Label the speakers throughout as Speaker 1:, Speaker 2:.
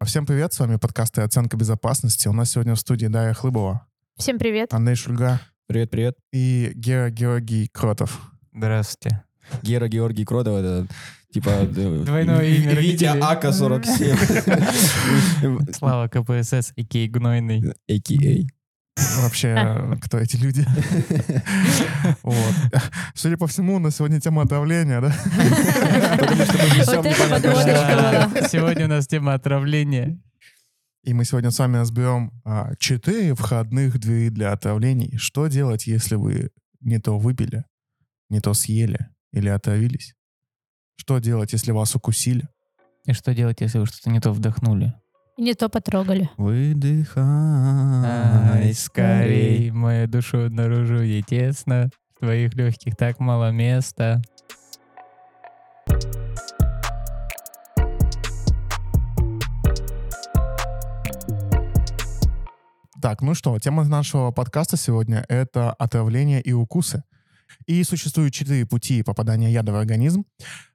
Speaker 1: А Всем привет, с вами подкасты «Оценка безопасности». У нас сегодня в студии Дарья Хлыбова,
Speaker 2: Всем привет.
Speaker 1: Андрей Шульга
Speaker 3: Привет, привет.
Speaker 1: и Гера Георгий Кротов.
Speaker 4: Здравствуйте.
Speaker 3: Гера Георгий Кродов, это типа...
Speaker 4: Двойное имя
Speaker 3: Витя А
Speaker 4: родителей.
Speaker 3: Ака-47.
Speaker 4: Слава КПСС и Кей Гнойный.
Speaker 3: А А.К.А.
Speaker 1: Вообще, э, кто эти люди? Вот. Судя по всему, у нас сегодня тема давления, да?
Speaker 3: Потому что мы несем
Speaker 2: Вот это
Speaker 3: непонятно
Speaker 2: подводочка
Speaker 3: что.
Speaker 2: была.
Speaker 4: Да. Сегодня у нас тема отравления.
Speaker 1: И мы сегодня с вами разберем а, четыре входных двери для отравлений. Что делать, если вы не то выпили, не то съели или отравились? Что делать, если вас укусили?
Speaker 4: И что делать, если вы что-то не то вдохнули?
Speaker 2: И не то потрогали.
Speaker 3: Выдыхай
Speaker 4: Ай, А, скорей, мою душу наружу ей тесно. В твоих легких так мало места.
Speaker 1: Так, ну что, тема нашего подкаста сегодня — это отравление и укусы. И существует четыре пути попадания яда в организм.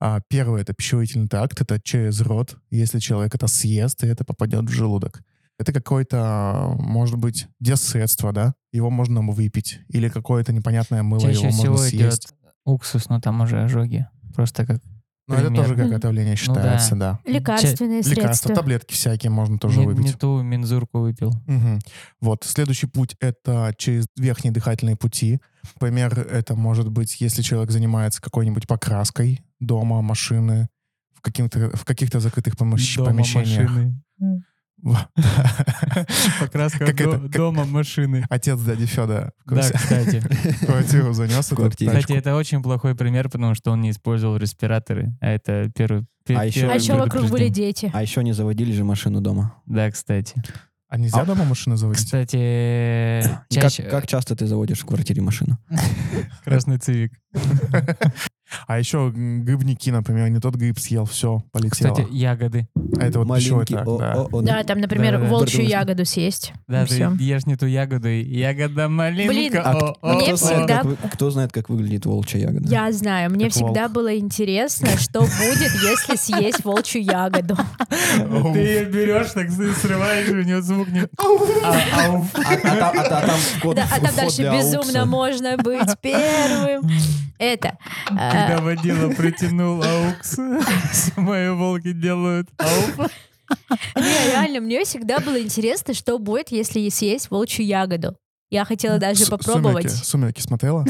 Speaker 1: А, Первый — это пищеварительный тракт, это через рот, если человек это съест, и это попадет в желудок. Это какое-то, может быть, десредство, да? Его можно выпить. Или какое-то непонятное мыло,
Speaker 4: Чаще
Speaker 1: его можно
Speaker 4: всего
Speaker 1: съесть.
Speaker 4: идет уксус, но там уже ожоги. Просто как
Speaker 1: Но это
Speaker 4: пример.
Speaker 1: тоже как отравление
Speaker 4: Ну
Speaker 1: считается, да.
Speaker 2: Лекарственные
Speaker 1: Лекарства,
Speaker 2: средства.
Speaker 1: таблетки всякие можно тоже
Speaker 4: не,
Speaker 1: выпить.
Speaker 4: не ту мензурку выпил.
Speaker 1: Мгм. Вот. Следующий путь — это через верхние дыхательные пути. Например, это может быть, если человек занимается какой-нибудь покраской дома, машины, в, каким-то, в каких-то закрытых помещ-
Speaker 4: Дома
Speaker 1: помещениях.
Speaker 4: машины. Покраска
Speaker 1: Как это,
Speaker 4: до-
Speaker 1: как-
Speaker 4: дома машины.
Speaker 1: Отец дяди Феда в
Speaker 4: Да,
Speaker 1: курсе.
Speaker 4: кстати.
Speaker 1: квартиру занес эту
Speaker 3: Квартира.
Speaker 1: тачку.
Speaker 4: Кстати, это очень плохой пример, потому что он не использовал респираторы, а это первый... пе-
Speaker 3: А еще-
Speaker 4: первое
Speaker 2: А еще вокруг были
Speaker 4: предупреждение.
Speaker 2: дети.
Speaker 3: А еще не заводили же машину дома.
Speaker 4: Да, кстати.
Speaker 1: А нельзя
Speaker 3: А-
Speaker 1: дома машины заводить?
Speaker 4: Кстати,
Speaker 3: Как,
Speaker 4: чаще...
Speaker 3: как часто ты заводишь в квартире машину?
Speaker 4: Красный цивик.
Speaker 1: А еще м, грибники, например, не тот гриб съел, все, полетело.
Speaker 4: Кстати, ягоды.
Speaker 1: а это вот пищевой
Speaker 3: Маленький.
Speaker 1: тракт,
Speaker 3: о-
Speaker 1: да.
Speaker 3: о- он- А
Speaker 2: Да, там, например,
Speaker 4: Да-да-да.
Speaker 2: волчью
Speaker 3: Потому что-
Speaker 2: ягоду съесть.
Speaker 4: Да,
Speaker 2: И
Speaker 4: ты
Speaker 2: Ну всё.
Speaker 4: ешь не ту ягоду, и ягода малинка.
Speaker 2: Блин,
Speaker 3: А к-
Speaker 4: О,
Speaker 3: а
Speaker 4: о,
Speaker 2: мне
Speaker 3: кто
Speaker 4: о.
Speaker 3: знает,
Speaker 2: всегда-
Speaker 3: как вы- Кто знает, как выглядит волчья ягода?
Speaker 2: Я знаю, мне
Speaker 1: Как
Speaker 2: всегда
Speaker 1: волк.
Speaker 2: было интересно, что будет, если съесть волчью ягоду.
Speaker 4: Ты ее берешь, так с- срываешь, и у нее звук не... А, ауф.
Speaker 3: А, а там- а там вход-
Speaker 2: Да, а там
Speaker 3: вход
Speaker 2: дальше
Speaker 3: для
Speaker 2: безумно
Speaker 3: аукса.
Speaker 2: можно быть первым. Это.
Speaker 4: Когда
Speaker 2: а,
Speaker 4: водила притянул аукс, мои волки делают ауф.
Speaker 2: Не, реально, мне всегда было интересно, что будет, если съесть волчью ягоду. Я хотела даже
Speaker 1: Су-
Speaker 2: попробовать.
Speaker 1: Сумерки, сумерки смотрела?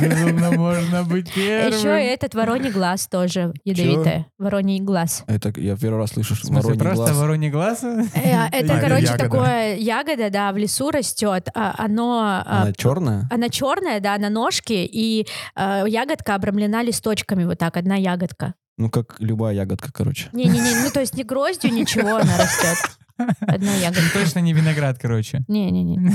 Speaker 4: Безумно можно быть
Speaker 2: А
Speaker 4: первым.
Speaker 2: Еще этот вороний глаз тоже ядовитое. Вороний глаз.
Speaker 3: Это я первый раз слышу,
Speaker 4: В
Speaker 3: что
Speaker 4: смысле,
Speaker 3: вороний
Speaker 4: просто
Speaker 3: глаз.
Speaker 4: вороний глаз?
Speaker 2: Э, Это,
Speaker 1: Ягода.
Speaker 2: короче,
Speaker 1: Ягода.
Speaker 2: такое ягода, да, в лесу растет. А, Оно... а,
Speaker 3: Она черная?
Speaker 2: Она черная, да, на ножке, и э, ягодка обрамлена листочками, вот так, одна ягодка.
Speaker 3: Ну, как любая ягодка, короче.
Speaker 2: Не-не-не, ну то есть не гроздью, ничего, она растет. Одна ягодка.
Speaker 4: Точно не виноград, короче.
Speaker 2: Не-не-не.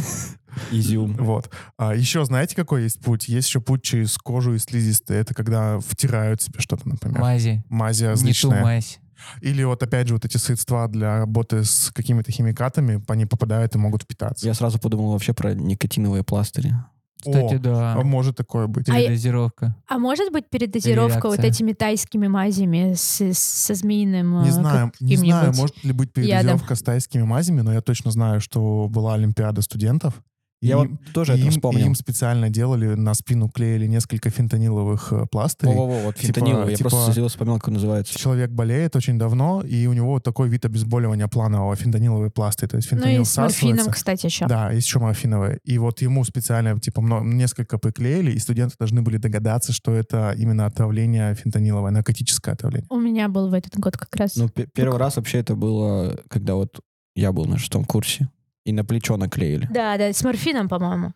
Speaker 3: Изюм.
Speaker 1: Вот. А еще знаете, какой есть путь? Есть еще путь через кожу и слизистые. Это когда втирают себе что-то, например.
Speaker 4: Мази.
Speaker 1: мази
Speaker 4: Не ту
Speaker 1: различные.
Speaker 4: мазь.
Speaker 1: Или вот опять же вот эти средства для работы с какими-то химикатами, они попадают и могут впитаться.
Speaker 3: Я сразу подумал вообще про никотиновые пластыри.
Speaker 4: Кстати,
Speaker 1: О,
Speaker 4: да.
Speaker 1: а может такое быть.
Speaker 2: А я-
Speaker 4: Передозировка.
Speaker 2: А может быть передозировка вот
Speaker 4: Реакция.
Speaker 2: этими тайскими мазями с- со змеиным... э,
Speaker 1: Не знаю, не
Speaker 2: каким-нибудь
Speaker 1: знаю, может ли быть
Speaker 2: ядом.
Speaker 1: передозировка с тайскими мазями, но я точно знаю, что была Олимпиада студентов. и
Speaker 3: Я вот
Speaker 1: им-
Speaker 3: тоже
Speaker 1: и
Speaker 3: это
Speaker 1: им, и
Speaker 3: вспомнил.
Speaker 1: им специально делали, на спину клеили несколько фентаниловых э, пластырей.
Speaker 3: Во-во-во, вот
Speaker 1: Типа-
Speaker 3: фентанил. Я
Speaker 1: типа-
Speaker 3: просто сидел, вспомнил, как он называется.
Speaker 1: человек болеет очень давно, и у него вот такой вид обезболивания планового, фентаниловые пласты, то есть
Speaker 2: Ну
Speaker 1: фентанил
Speaker 2: и с морфином,
Speaker 1: всасывается.
Speaker 2: кстати, еще.
Speaker 1: Да, есть еще морфиновые. И вот ему специально, типа, мно- несколько приклеили, и студенты должны были догадаться, что это именно отравление фентаниловое, наркотическое отравление.
Speaker 2: У меня был в этот год как раз.
Speaker 3: Ну, пе- первый раз вообще это было, когда вот я был на шестом курсе. И на плечо наклеили.
Speaker 2: Да, да, с морфином, по-моему.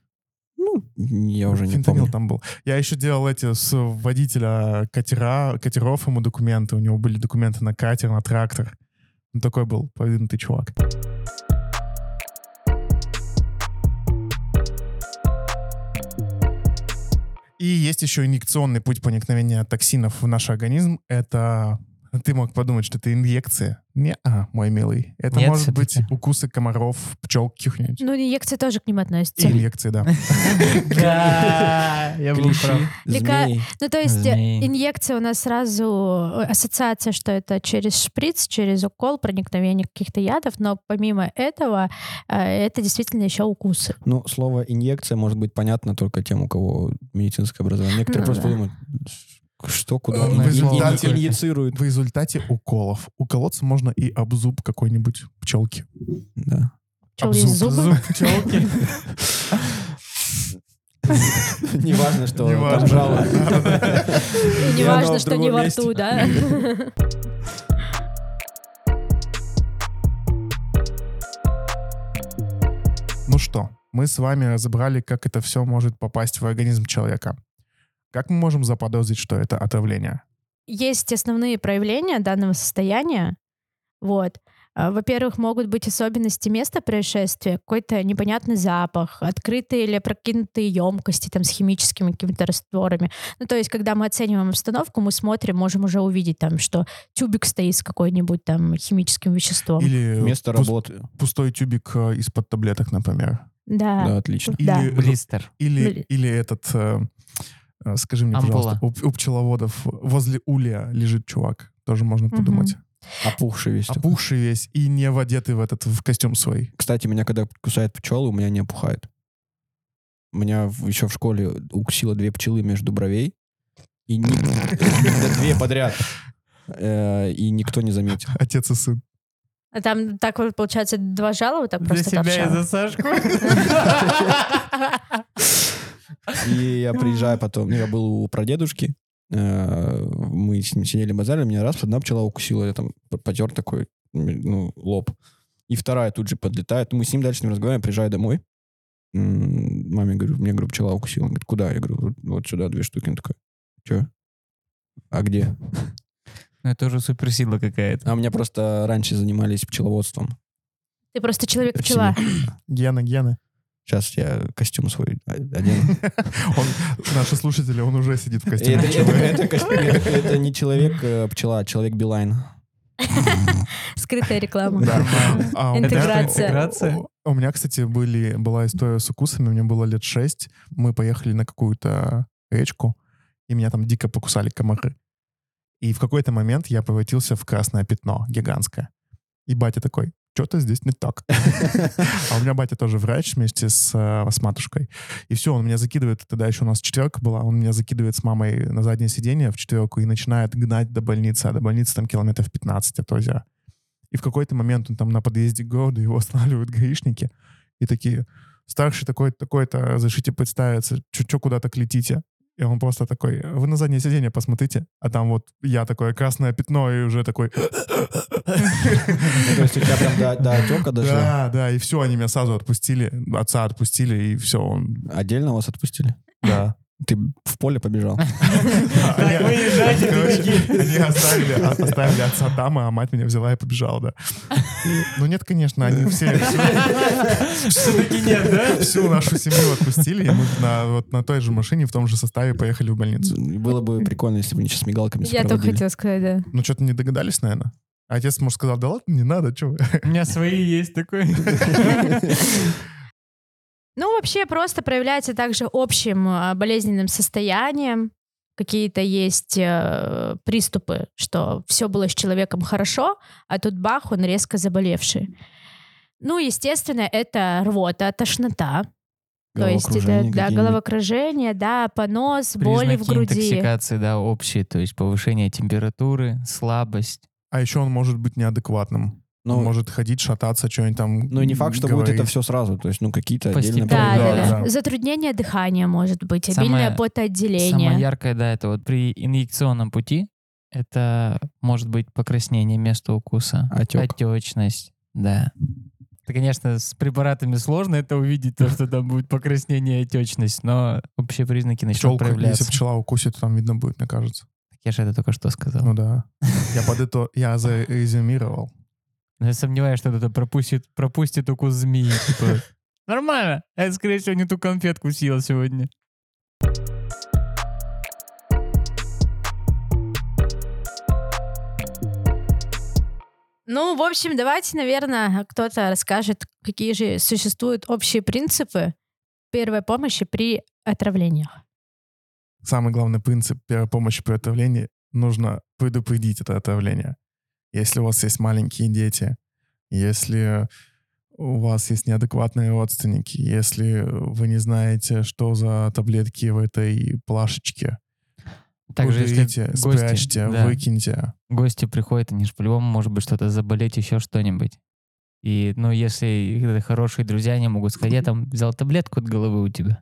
Speaker 3: Ну, я уже не
Speaker 1: Фентанил
Speaker 3: помню.
Speaker 1: там был. Я еще делал эти с водителя катера, катеров ему документы. У него были документы на катер, на трактор. Он такой был продвинутый чувак. И есть еще инъекционный путь проникновения токсинов в наш организм. Это Ты мог подумать, что это инъекция. Не, а, мой милый. Это
Speaker 4: Нет,
Speaker 1: может быть
Speaker 4: всё-таки.
Speaker 1: укусы комаров, пчел каких-нибудь.
Speaker 2: Ну, инъекция тоже к ним относится.
Speaker 1: Инъекции, да.
Speaker 4: Да, я был прав.
Speaker 3: Клещи,
Speaker 2: Лика-
Speaker 3: змеи.
Speaker 2: Ну, то есть э,
Speaker 4: Змеи.
Speaker 2: инъекция у нас сразу э, ассоциация, что это через шприц, через укол, проникновение каких-то ядов, но помимо этого э, это действительно еще укусы.
Speaker 3: Ну, слово инъекция может быть понятно только тем, у кого медицинское образование. Некоторые
Speaker 2: Ну
Speaker 3: просто
Speaker 2: да.
Speaker 3: думают, что, куда
Speaker 1: Э,
Speaker 3: она
Speaker 1: в
Speaker 3: ин-
Speaker 1: результате-
Speaker 3: ин- инъецирует.
Speaker 1: В результате уколов. Уколоться можно и об зуб какой-нибудь пчелки.
Speaker 3: Да.
Speaker 2: Пчел
Speaker 1: Об
Speaker 2: есть зубы.
Speaker 1: Зуб пчелки.
Speaker 3: Неважно, что
Speaker 1: Неважно.
Speaker 3: там жало.
Speaker 2: И
Speaker 3: И оно
Speaker 2: неважно,
Speaker 3: в
Speaker 2: что не во
Speaker 3: другом
Speaker 2: рту,
Speaker 3: месте.
Speaker 2: да?
Speaker 1: Ну что, мы с вами разобрали, как это все может попасть в организм человека. Как мы можем заподозрить, что это отравление?
Speaker 2: Есть основные проявления данного состояния. Вот. А, Во-первых, могут быть особенности места происшествия, какой-то непонятный запах, открытые или прокинутые емкости там, с химическими какими-то растворами. Ну, то есть, когда мы оцениваем обстановку, мы смотрим, можем уже увидеть, там, что тюбик стоит с какой-нибудь там химическим веществом.
Speaker 1: Или
Speaker 3: Место
Speaker 1: пус-
Speaker 3: работы.
Speaker 1: пустой тюбик э, из-под таблеток, например.
Speaker 2: Да.
Speaker 3: Да, отлично.
Speaker 2: Да.
Speaker 1: Или,
Speaker 4: Блистер.
Speaker 1: или,
Speaker 2: Бли-
Speaker 1: или этот, э, э, скажи мне,
Speaker 4: Ампула.
Speaker 1: пожалуйста, у, у пчеловодов возле улья лежит чувак. Тоже можно
Speaker 2: Мгм.
Speaker 1: подумать.
Speaker 3: Опухший весь. такой.
Speaker 1: Опухший весь и не одетый в этот в костюм свой.
Speaker 3: Кстати, меня когда кусает пчелы, у меня не опухает. У меня еще в школе укусило две пчелы между бровей. И ни- Да две подряд. Э, И никто не заметил.
Speaker 1: Отец и сын.
Speaker 2: А там так вот, получается два жалоба так
Speaker 4: Для
Speaker 2: просто
Speaker 4: себя и
Speaker 2: торчало.
Speaker 4: за Сашку.
Speaker 3: И я приезжаю потом, ну, я был у прадедушки, э, мы с ним сидели базарили, меня раз одна пчела укусила, я там п- потер такой, м, ну, лоб. И вторая тут же подлетает, мы с ним дальше не разговариваем, приезжаю домой, М, маме говорю, мне, говорю, пчела укусила. Она говорит, куда? Я говорю, вот, вот сюда две штуки. Она такая, че? А где?
Speaker 4: Ну, это уже суперсила какая-то.
Speaker 3: А у меня просто раньше занимались пчеловодством.
Speaker 2: Ты просто человек-пчела.
Speaker 1: Гены, гены.
Speaker 3: Сейчас я костюм свой о- одену.
Speaker 1: Он, наши слушатели, он уже сидит в
Speaker 3: Это
Speaker 1: костюме. пчелы.
Speaker 3: это- это костю- это не человек-пчела, а человек-билайн.
Speaker 2: Скрытая реклама.
Speaker 1: Да.
Speaker 4: Нормально.
Speaker 1: А у меня-
Speaker 2: Интеграция.
Speaker 4: Интеграция.
Speaker 1: У- У меня, кстати, были, была история с укусами. Мне было лет шесть. Мы поехали на какую-то речку, и меня там дико покусали комары. И в какой-то момент я превратился в красное пятно гигантское. И батя такой, что-то здесь не так. А у меня батя тоже врач вместе с, э, с матушкой. И все, он меня закидывает, тогда еще у нас четверка была, он меня закидывает с мамой на заднее сиденье в четверку и начинает гнать до больницы, а до больницы там километров а 15 от озера. И в какой-то момент он там на подъезде к городу, его останавливают гаишники и такие, старший такой, такой-то, разрешите представиться, чё куда так летите? И он просто такой, вы на заднее сиденье посмотрите, а там вот я такое красное пятно и уже такой...
Speaker 3: Ну, То есть у тебя прям до, до отека дошло?
Speaker 1: Да, да, и все, они меня сразу отпустили, отца отпустили, и все, он...
Speaker 3: Отдельно вас отпустили?
Speaker 1: Да.
Speaker 3: Ты в поле побежал?
Speaker 1: Так,
Speaker 4: выезжайте, ты беги.
Speaker 1: Они оставили, о- оставили отца там, а мать меня взяла и побежала, да. Ну нет, конечно, они все...
Speaker 4: Все-таки нет, да?
Speaker 1: Всю нашу семью отпустили, и мы на, вот на той же машине в том же составе поехали в больницу.
Speaker 3: Было бы прикольно, если бы они сейчас с мигалками
Speaker 2: Я только
Speaker 3: сопроводили.
Speaker 2: хотела сказать, да.
Speaker 1: Ну, что-то не догадались, наверное. Отец, может, сказал, да ладно, не надо, что
Speaker 4: У меня свои есть такой.
Speaker 2: Ну, вообще просто проявляется также общим а, болезненным состоянием. Какие-то есть э, приступы, что все было с человеком хорошо, а тут бах, он резко заболевший. Ну, естественно, это рвота, тошнота. То есть это
Speaker 3: Головокружение
Speaker 2: да,
Speaker 3: какие-нибудь.
Speaker 2: головокружение, да, понос, боли в
Speaker 4: Признаки
Speaker 2: груди.
Speaker 4: интоксикации, да, общие, то есть повышение температуры, слабость.
Speaker 1: А еще он может быть неадекватным.
Speaker 3: Ну,
Speaker 1: он может ходить, шататься, что-нибудь там
Speaker 3: ну и не факт, что будет
Speaker 1: говорить.
Speaker 3: это все сразу. То есть, ну, какие-то отдельно...
Speaker 4: Постепенно.
Speaker 2: Да, да,
Speaker 1: Да,
Speaker 2: да,
Speaker 1: да.
Speaker 2: Затруднение дыхания может быть,
Speaker 4: Самое-
Speaker 2: обильное
Speaker 4: Самое
Speaker 2: потоотделение.
Speaker 4: яркое, да, это вот при инъекционном пути, это может быть покраснение места укуса,
Speaker 3: Отек.
Speaker 4: отечность, да. Это, конечно, с препаратами сложно это увидеть, то, что там будет покраснение и отечность, но общие признаки начнут
Speaker 1: Пчелка, если
Speaker 4: проявляться.
Speaker 1: пчела укусит, там видно будет, мне кажется.
Speaker 4: Я же это только что сказал.
Speaker 1: Ну да. Я под это, я э, зарезюмировал.
Speaker 4: Но я сомневаюсь, что это пропустит, пропустит укус змеи. типа, Нормально. Это, скорее всего, не ту конфетку съел сегодня.
Speaker 2: Ну, в общем, давайте, наверное, кто-то расскажет, какие же существуют общие принципы первой помощи при отравлениях.
Speaker 1: Самый главный принцип первой помощи при отравлении — нужно предупредить это отравление. Если у вас есть маленькие дети, если у вас есть неадекватные родственники, если вы не знаете, что за таблетки в этой плашечке,
Speaker 4: Также, если
Speaker 1: уберите,
Speaker 4: гости,
Speaker 1: спрячьте,
Speaker 4: да,
Speaker 1: выкиньте.
Speaker 4: гости приходят, они же по-любому может быть что-то заболеть, еще что-нибудь. И, ну, если это хорошие друзья, они могут сказать, я там взял таблетку от головы у тебя.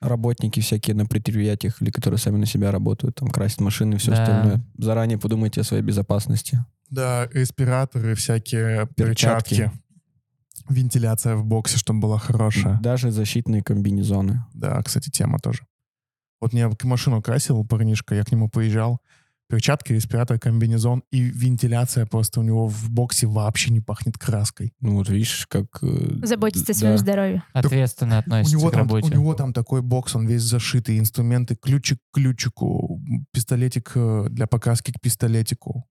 Speaker 3: Работники всякие на предприятиях, или которые сами на себя работают, там красят машины и все
Speaker 4: Да.
Speaker 3: остальное. Заранее подумайте о своей безопасности.
Speaker 1: Да, респираторы, всякие
Speaker 3: Перчатки.
Speaker 1: перчатки. Вентиляция в боксе, чтобы была хорошая.
Speaker 3: Даже защитные комбинезоны.
Speaker 1: Да. кстати, тема тоже. Вот мне машину красил парнишка, я к нему поезжал. Перчатки, респиратор, комбинезон и вентиляция просто у него в боксе вообще не пахнет краской.
Speaker 3: Ну вот видишь, как... э,
Speaker 2: Заботиться о
Speaker 3: Заботиться
Speaker 2: своем здоровье.
Speaker 4: Ответственно
Speaker 1: У
Speaker 4: относится
Speaker 1: него,
Speaker 4: к
Speaker 1: там,
Speaker 4: работе.
Speaker 1: у него там такой бокс, он весь зашитый, инструменты, ключик к ключику, пистолетик э, для покраски к пистолетику.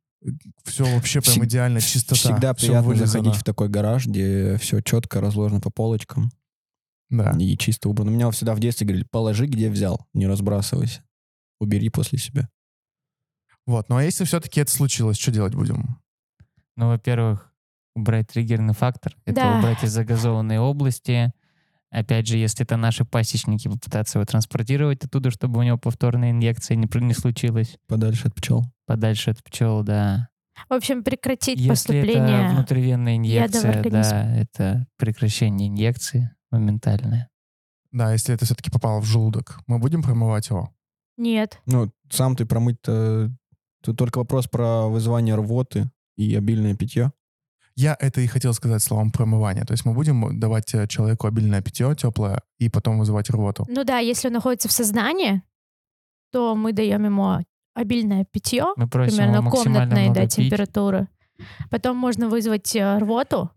Speaker 1: Все вообще прям
Speaker 3: Всег-
Speaker 1: идеально, чистота.
Speaker 3: Всегда
Speaker 1: всё
Speaker 3: приятно
Speaker 1: вылизано.
Speaker 3: заходить в такой гараж, где все четко разложено по полочкам
Speaker 1: Да.
Speaker 3: и чисто убрано. Меня всегда в детстве говорили, положи, где взял, не разбрасывайся. Убери после себя.
Speaker 1: Вот, ну а если все-таки это случилось, что делать будем?
Speaker 4: Ну, во-первых, убрать триггерный фактор. Это
Speaker 2: Да.
Speaker 4: убрать из загазованной области. Опять же, если это наши пасечники, попытаться его транспортировать оттуда, чтобы у него повторная инъекция не, пр- не случилась.
Speaker 3: Подальше от пчел.
Speaker 4: Подальше от пчел, да.
Speaker 2: В общем, прекратить
Speaker 4: Если это
Speaker 2: поступление.
Speaker 4: внутривенная инъекция,
Speaker 2: организм.
Speaker 4: да, это прекращение инъекции моментальное.
Speaker 1: Да, если это все-таки попало в желудок, мы будем промывать его?
Speaker 2: Нет.
Speaker 3: Ну, сам ты промыть-то... Тут только вопрос про вызывание рвоты и обильное питье.
Speaker 1: Я это и хотел сказать словом промывание. То есть мы будем давать э, человеку обильное питье, теплое, и потом вызывать рвоту.
Speaker 2: Ну да, если он находится в сознании, то мы даем ему обильное питье,
Speaker 4: Мы просим его
Speaker 2: примерно
Speaker 4: максимально
Speaker 2: комнатной
Speaker 4: много
Speaker 2: да,
Speaker 4: пить.
Speaker 2: температуры. Потом можно вызвать э, рвоту.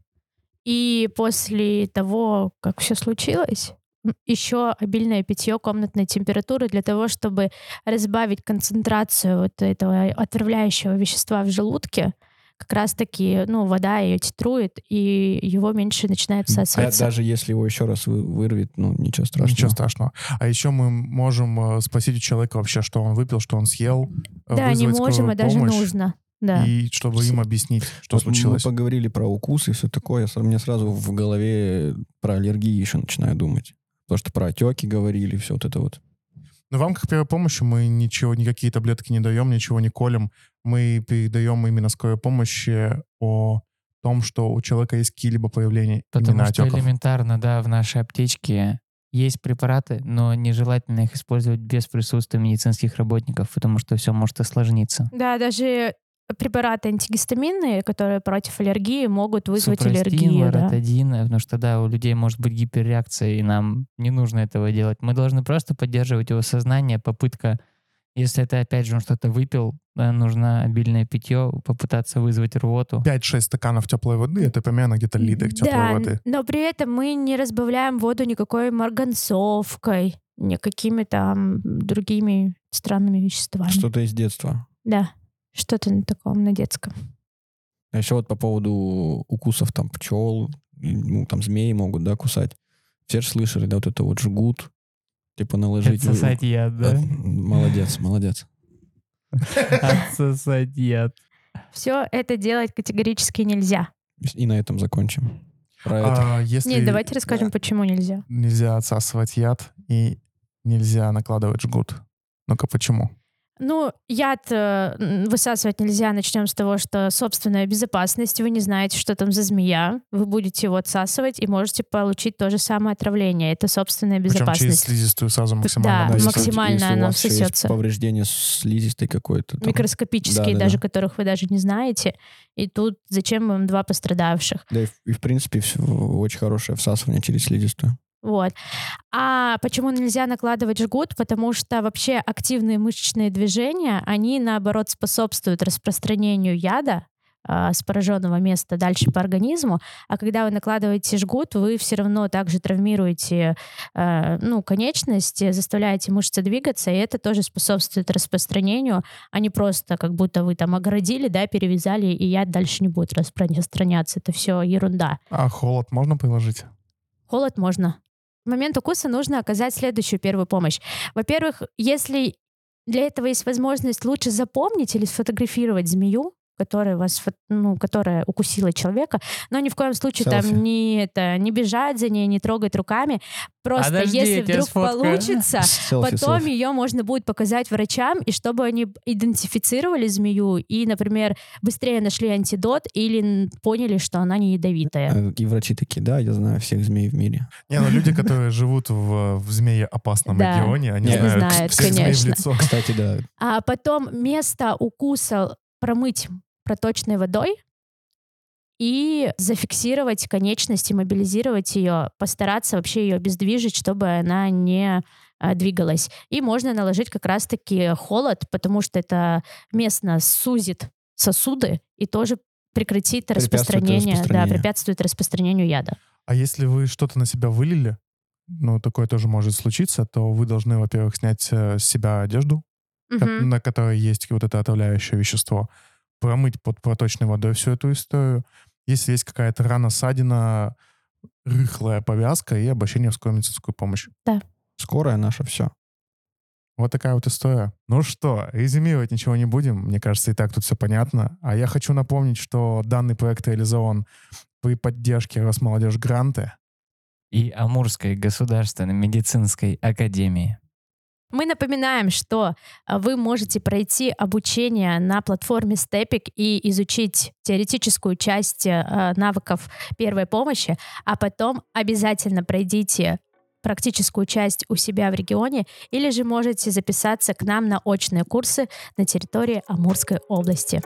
Speaker 2: И после того, как все случилось, м, еще обильное питье комнатной температуры для того, чтобы разбавить концентрацию вот этого отравляющего вещества в желудке. Как раз-таки, ну, вода ее титрует, и его меньше начинает
Speaker 3: А
Speaker 2: всасываться.
Speaker 3: даже если его еще раз вы- вырвет, ну, ничего страшного.
Speaker 1: Ничего страшного. А еще мы можем э, спросить у человека вообще, что он выпил, что он съел, э,
Speaker 2: Да, не
Speaker 1: вызвать
Speaker 2: можем,
Speaker 1: скорую
Speaker 2: а даже
Speaker 1: помощь,
Speaker 2: нужно. Да.
Speaker 1: И чтобы им объяснить, что
Speaker 3: Вот
Speaker 1: случилось.
Speaker 3: Мы поговорили про укусы и все такое. С- Мне сразу в голове про аллергии еще начинаю думать. Потому что про отеки говорили, все вот это вот.
Speaker 1: Но вам, как первой помощи, мы ничего, никакие таблетки не даем, ничего не колем. Мы передаем именно скорой помощи о том, что у человека есть какие-либо появления
Speaker 4: Потому
Speaker 1: именно
Speaker 4: что
Speaker 1: отеков.
Speaker 4: элементарно, да, в нашей аптечке есть препараты, но нежелательно их использовать без присутствия медицинских работников, потому что все может осложниться.
Speaker 2: Да, даже препараты антигистаминные, которые против аллергии, могут вызвать
Speaker 4: Супрастин,
Speaker 2: аллергию. да.
Speaker 4: лоротидин, э, потому что, да, у людей может быть гиперреакция, и нам не нужно этого делать. Мы должны просто поддерживать его сознание, попытка, если это, опять же, он что-то выпил, э, нужно обильное питье, попытаться вызвать рвоту.
Speaker 1: 5-6 стаканов теплой воды, это примерно где-то литр теплой
Speaker 2: Да,
Speaker 1: воды.
Speaker 2: н- но при этом мы не разбавляем воду никакой марганцовкой, ни какими там другими странными веществами.
Speaker 3: Что-то из детства.
Speaker 2: Да, что-то на таком, на детском.
Speaker 3: А еще вот по поводу укусов там пчел, и, ну, там змеи могут, да, кусать. Все же слышали, да, вот это вот жгут. Типа наложить... вы-
Speaker 4: Отсосать яд, да?
Speaker 3: Молодец, молодец.
Speaker 4: Отсосать яд.
Speaker 2: Все это делать категорически нельзя.
Speaker 3: И на этом закончим. Про это.
Speaker 1: А если
Speaker 2: Нет, давайте расскажем, почему нельзя.
Speaker 1: нельзя отсасывать яд и нельзя накладывать жгут? Ну-ка, почему?
Speaker 2: Ну, яд э, м, высасывать нельзя. Начнем с того, что собственная безопасность. Вы не знаете, что там за змея. Вы будете его отсасывать и можете получить то же самое отравление. Это собственная
Speaker 1: Причем через
Speaker 2: безопасность.
Speaker 1: слизистую сразу
Speaker 2: Да,
Speaker 1: максимально.
Speaker 3: если-
Speaker 1: быстро.
Speaker 2: ну, максимально
Speaker 3: если у
Speaker 2: она
Speaker 3: вас еще есть
Speaker 2: всосется.
Speaker 3: повреждение слизистой какой-то. там.
Speaker 2: микроскопические,
Speaker 3: Да-да-да.
Speaker 2: даже которых вы даже не знаете. И тут зачем вам два пострадавших?
Speaker 3: Да, и, в- и в принципе всё- очень хорошее всасывание через слизистую.
Speaker 2: Вот. А почему нельзя накладывать жгут? Потому что вообще активные мышечные движения, они наоборот способствуют распространению яда а, с пораженного места дальше по организму, а когда вы накладываете жгут, вы все равно также травмируете э, ну, конечности, заставляете мышцы двигаться, и это тоже способствует распространению, а не просто как будто вы там огородили, да, перевязали, и яд дальше не будет распространяться. Это все ерунда.
Speaker 1: А холод можно приложить?
Speaker 2: Холод можно. В момент укуса нужно оказать следующую первую помощь. Во-первых, если для этого есть возможность лучше запомнить или сфотографировать змею, которая вас, фо- ну, которая укусила человека, но ни в коем случае
Speaker 3: Селфи.
Speaker 2: там не это, не бежать за ней, не трогать руками. Просто
Speaker 4: Подожди, я
Speaker 2: если
Speaker 4: тебя
Speaker 2: вдруг
Speaker 4: сфоткаю.
Speaker 2: получится,
Speaker 3: Селфи,
Speaker 2: Потом
Speaker 3: селфи.
Speaker 2: ее можно будет показать врачам, и чтобы они идентифицировали змею и, например, быстрее нашли антидот или н- поняли, что она не ядовитая.
Speaker 3: Э, И врачи такие, да, я знаю всех змей в мире.
Speaker 1: Не, ну люди, которые живут в, в змееопасном
Speaker 2: Да.
Speaker 1: регионе, они
Speaker 3: Не,
Speaker 1: знают,
Speaker 2: знают,
Speaker 1: всех змей
Speaker 2: конечно.
Speaker 1: в лицо.
Speaker 3: Кстати, да.
Speaker 2: А потом место укуса промыть проточной водой и зафиксировать конечности, мобилизировать ее, постараться вообще ее обездвижить, чтобы она не а, двигалась. И можно наложить как раз-таки холод, потому что это местно сузит сосуды и тоже прекратит
Speaker 3: Препятствует
Speaker 2: распространение, да,
Speaker 3: распространению.
Speaker 2: препятствует распространению яда.
Speaker 1: А если вы что-то на себя вылили, ну, такое тоже может случиться, то вы должны, во-первых, снять э, с себя одежду, ко-
Speaker 2: Мгм.
Speaker 1: на которой есть вот это отравляющее вещество, промыть под проточной водой всю эту историю. Если есть какая-то рана, ссадина, рыхлая повязка и обращение в скорую медицинскую помощь.
Speaker 3: Скорая наша, все.
Speaker 1: Вот такая вот история. Ну что, резюмировать ничего не будем. Мне кажется, и так тут все понятно. А я хочу напомнить, что данный проект реализован при поддержке Росмолодежь Гранты.
Speaker 4: И Амурской государственной медицинской академии.
Speaker 2: Мы напоминаем, что а, вы можете пройти обучение на платформе Степик и изучить теоретическую часть э, навыков первой помощи, а потом обязательно пройдите практическую часть у себя в регионе, или же можете записаться к нам на очные курсы на территории Амурской области.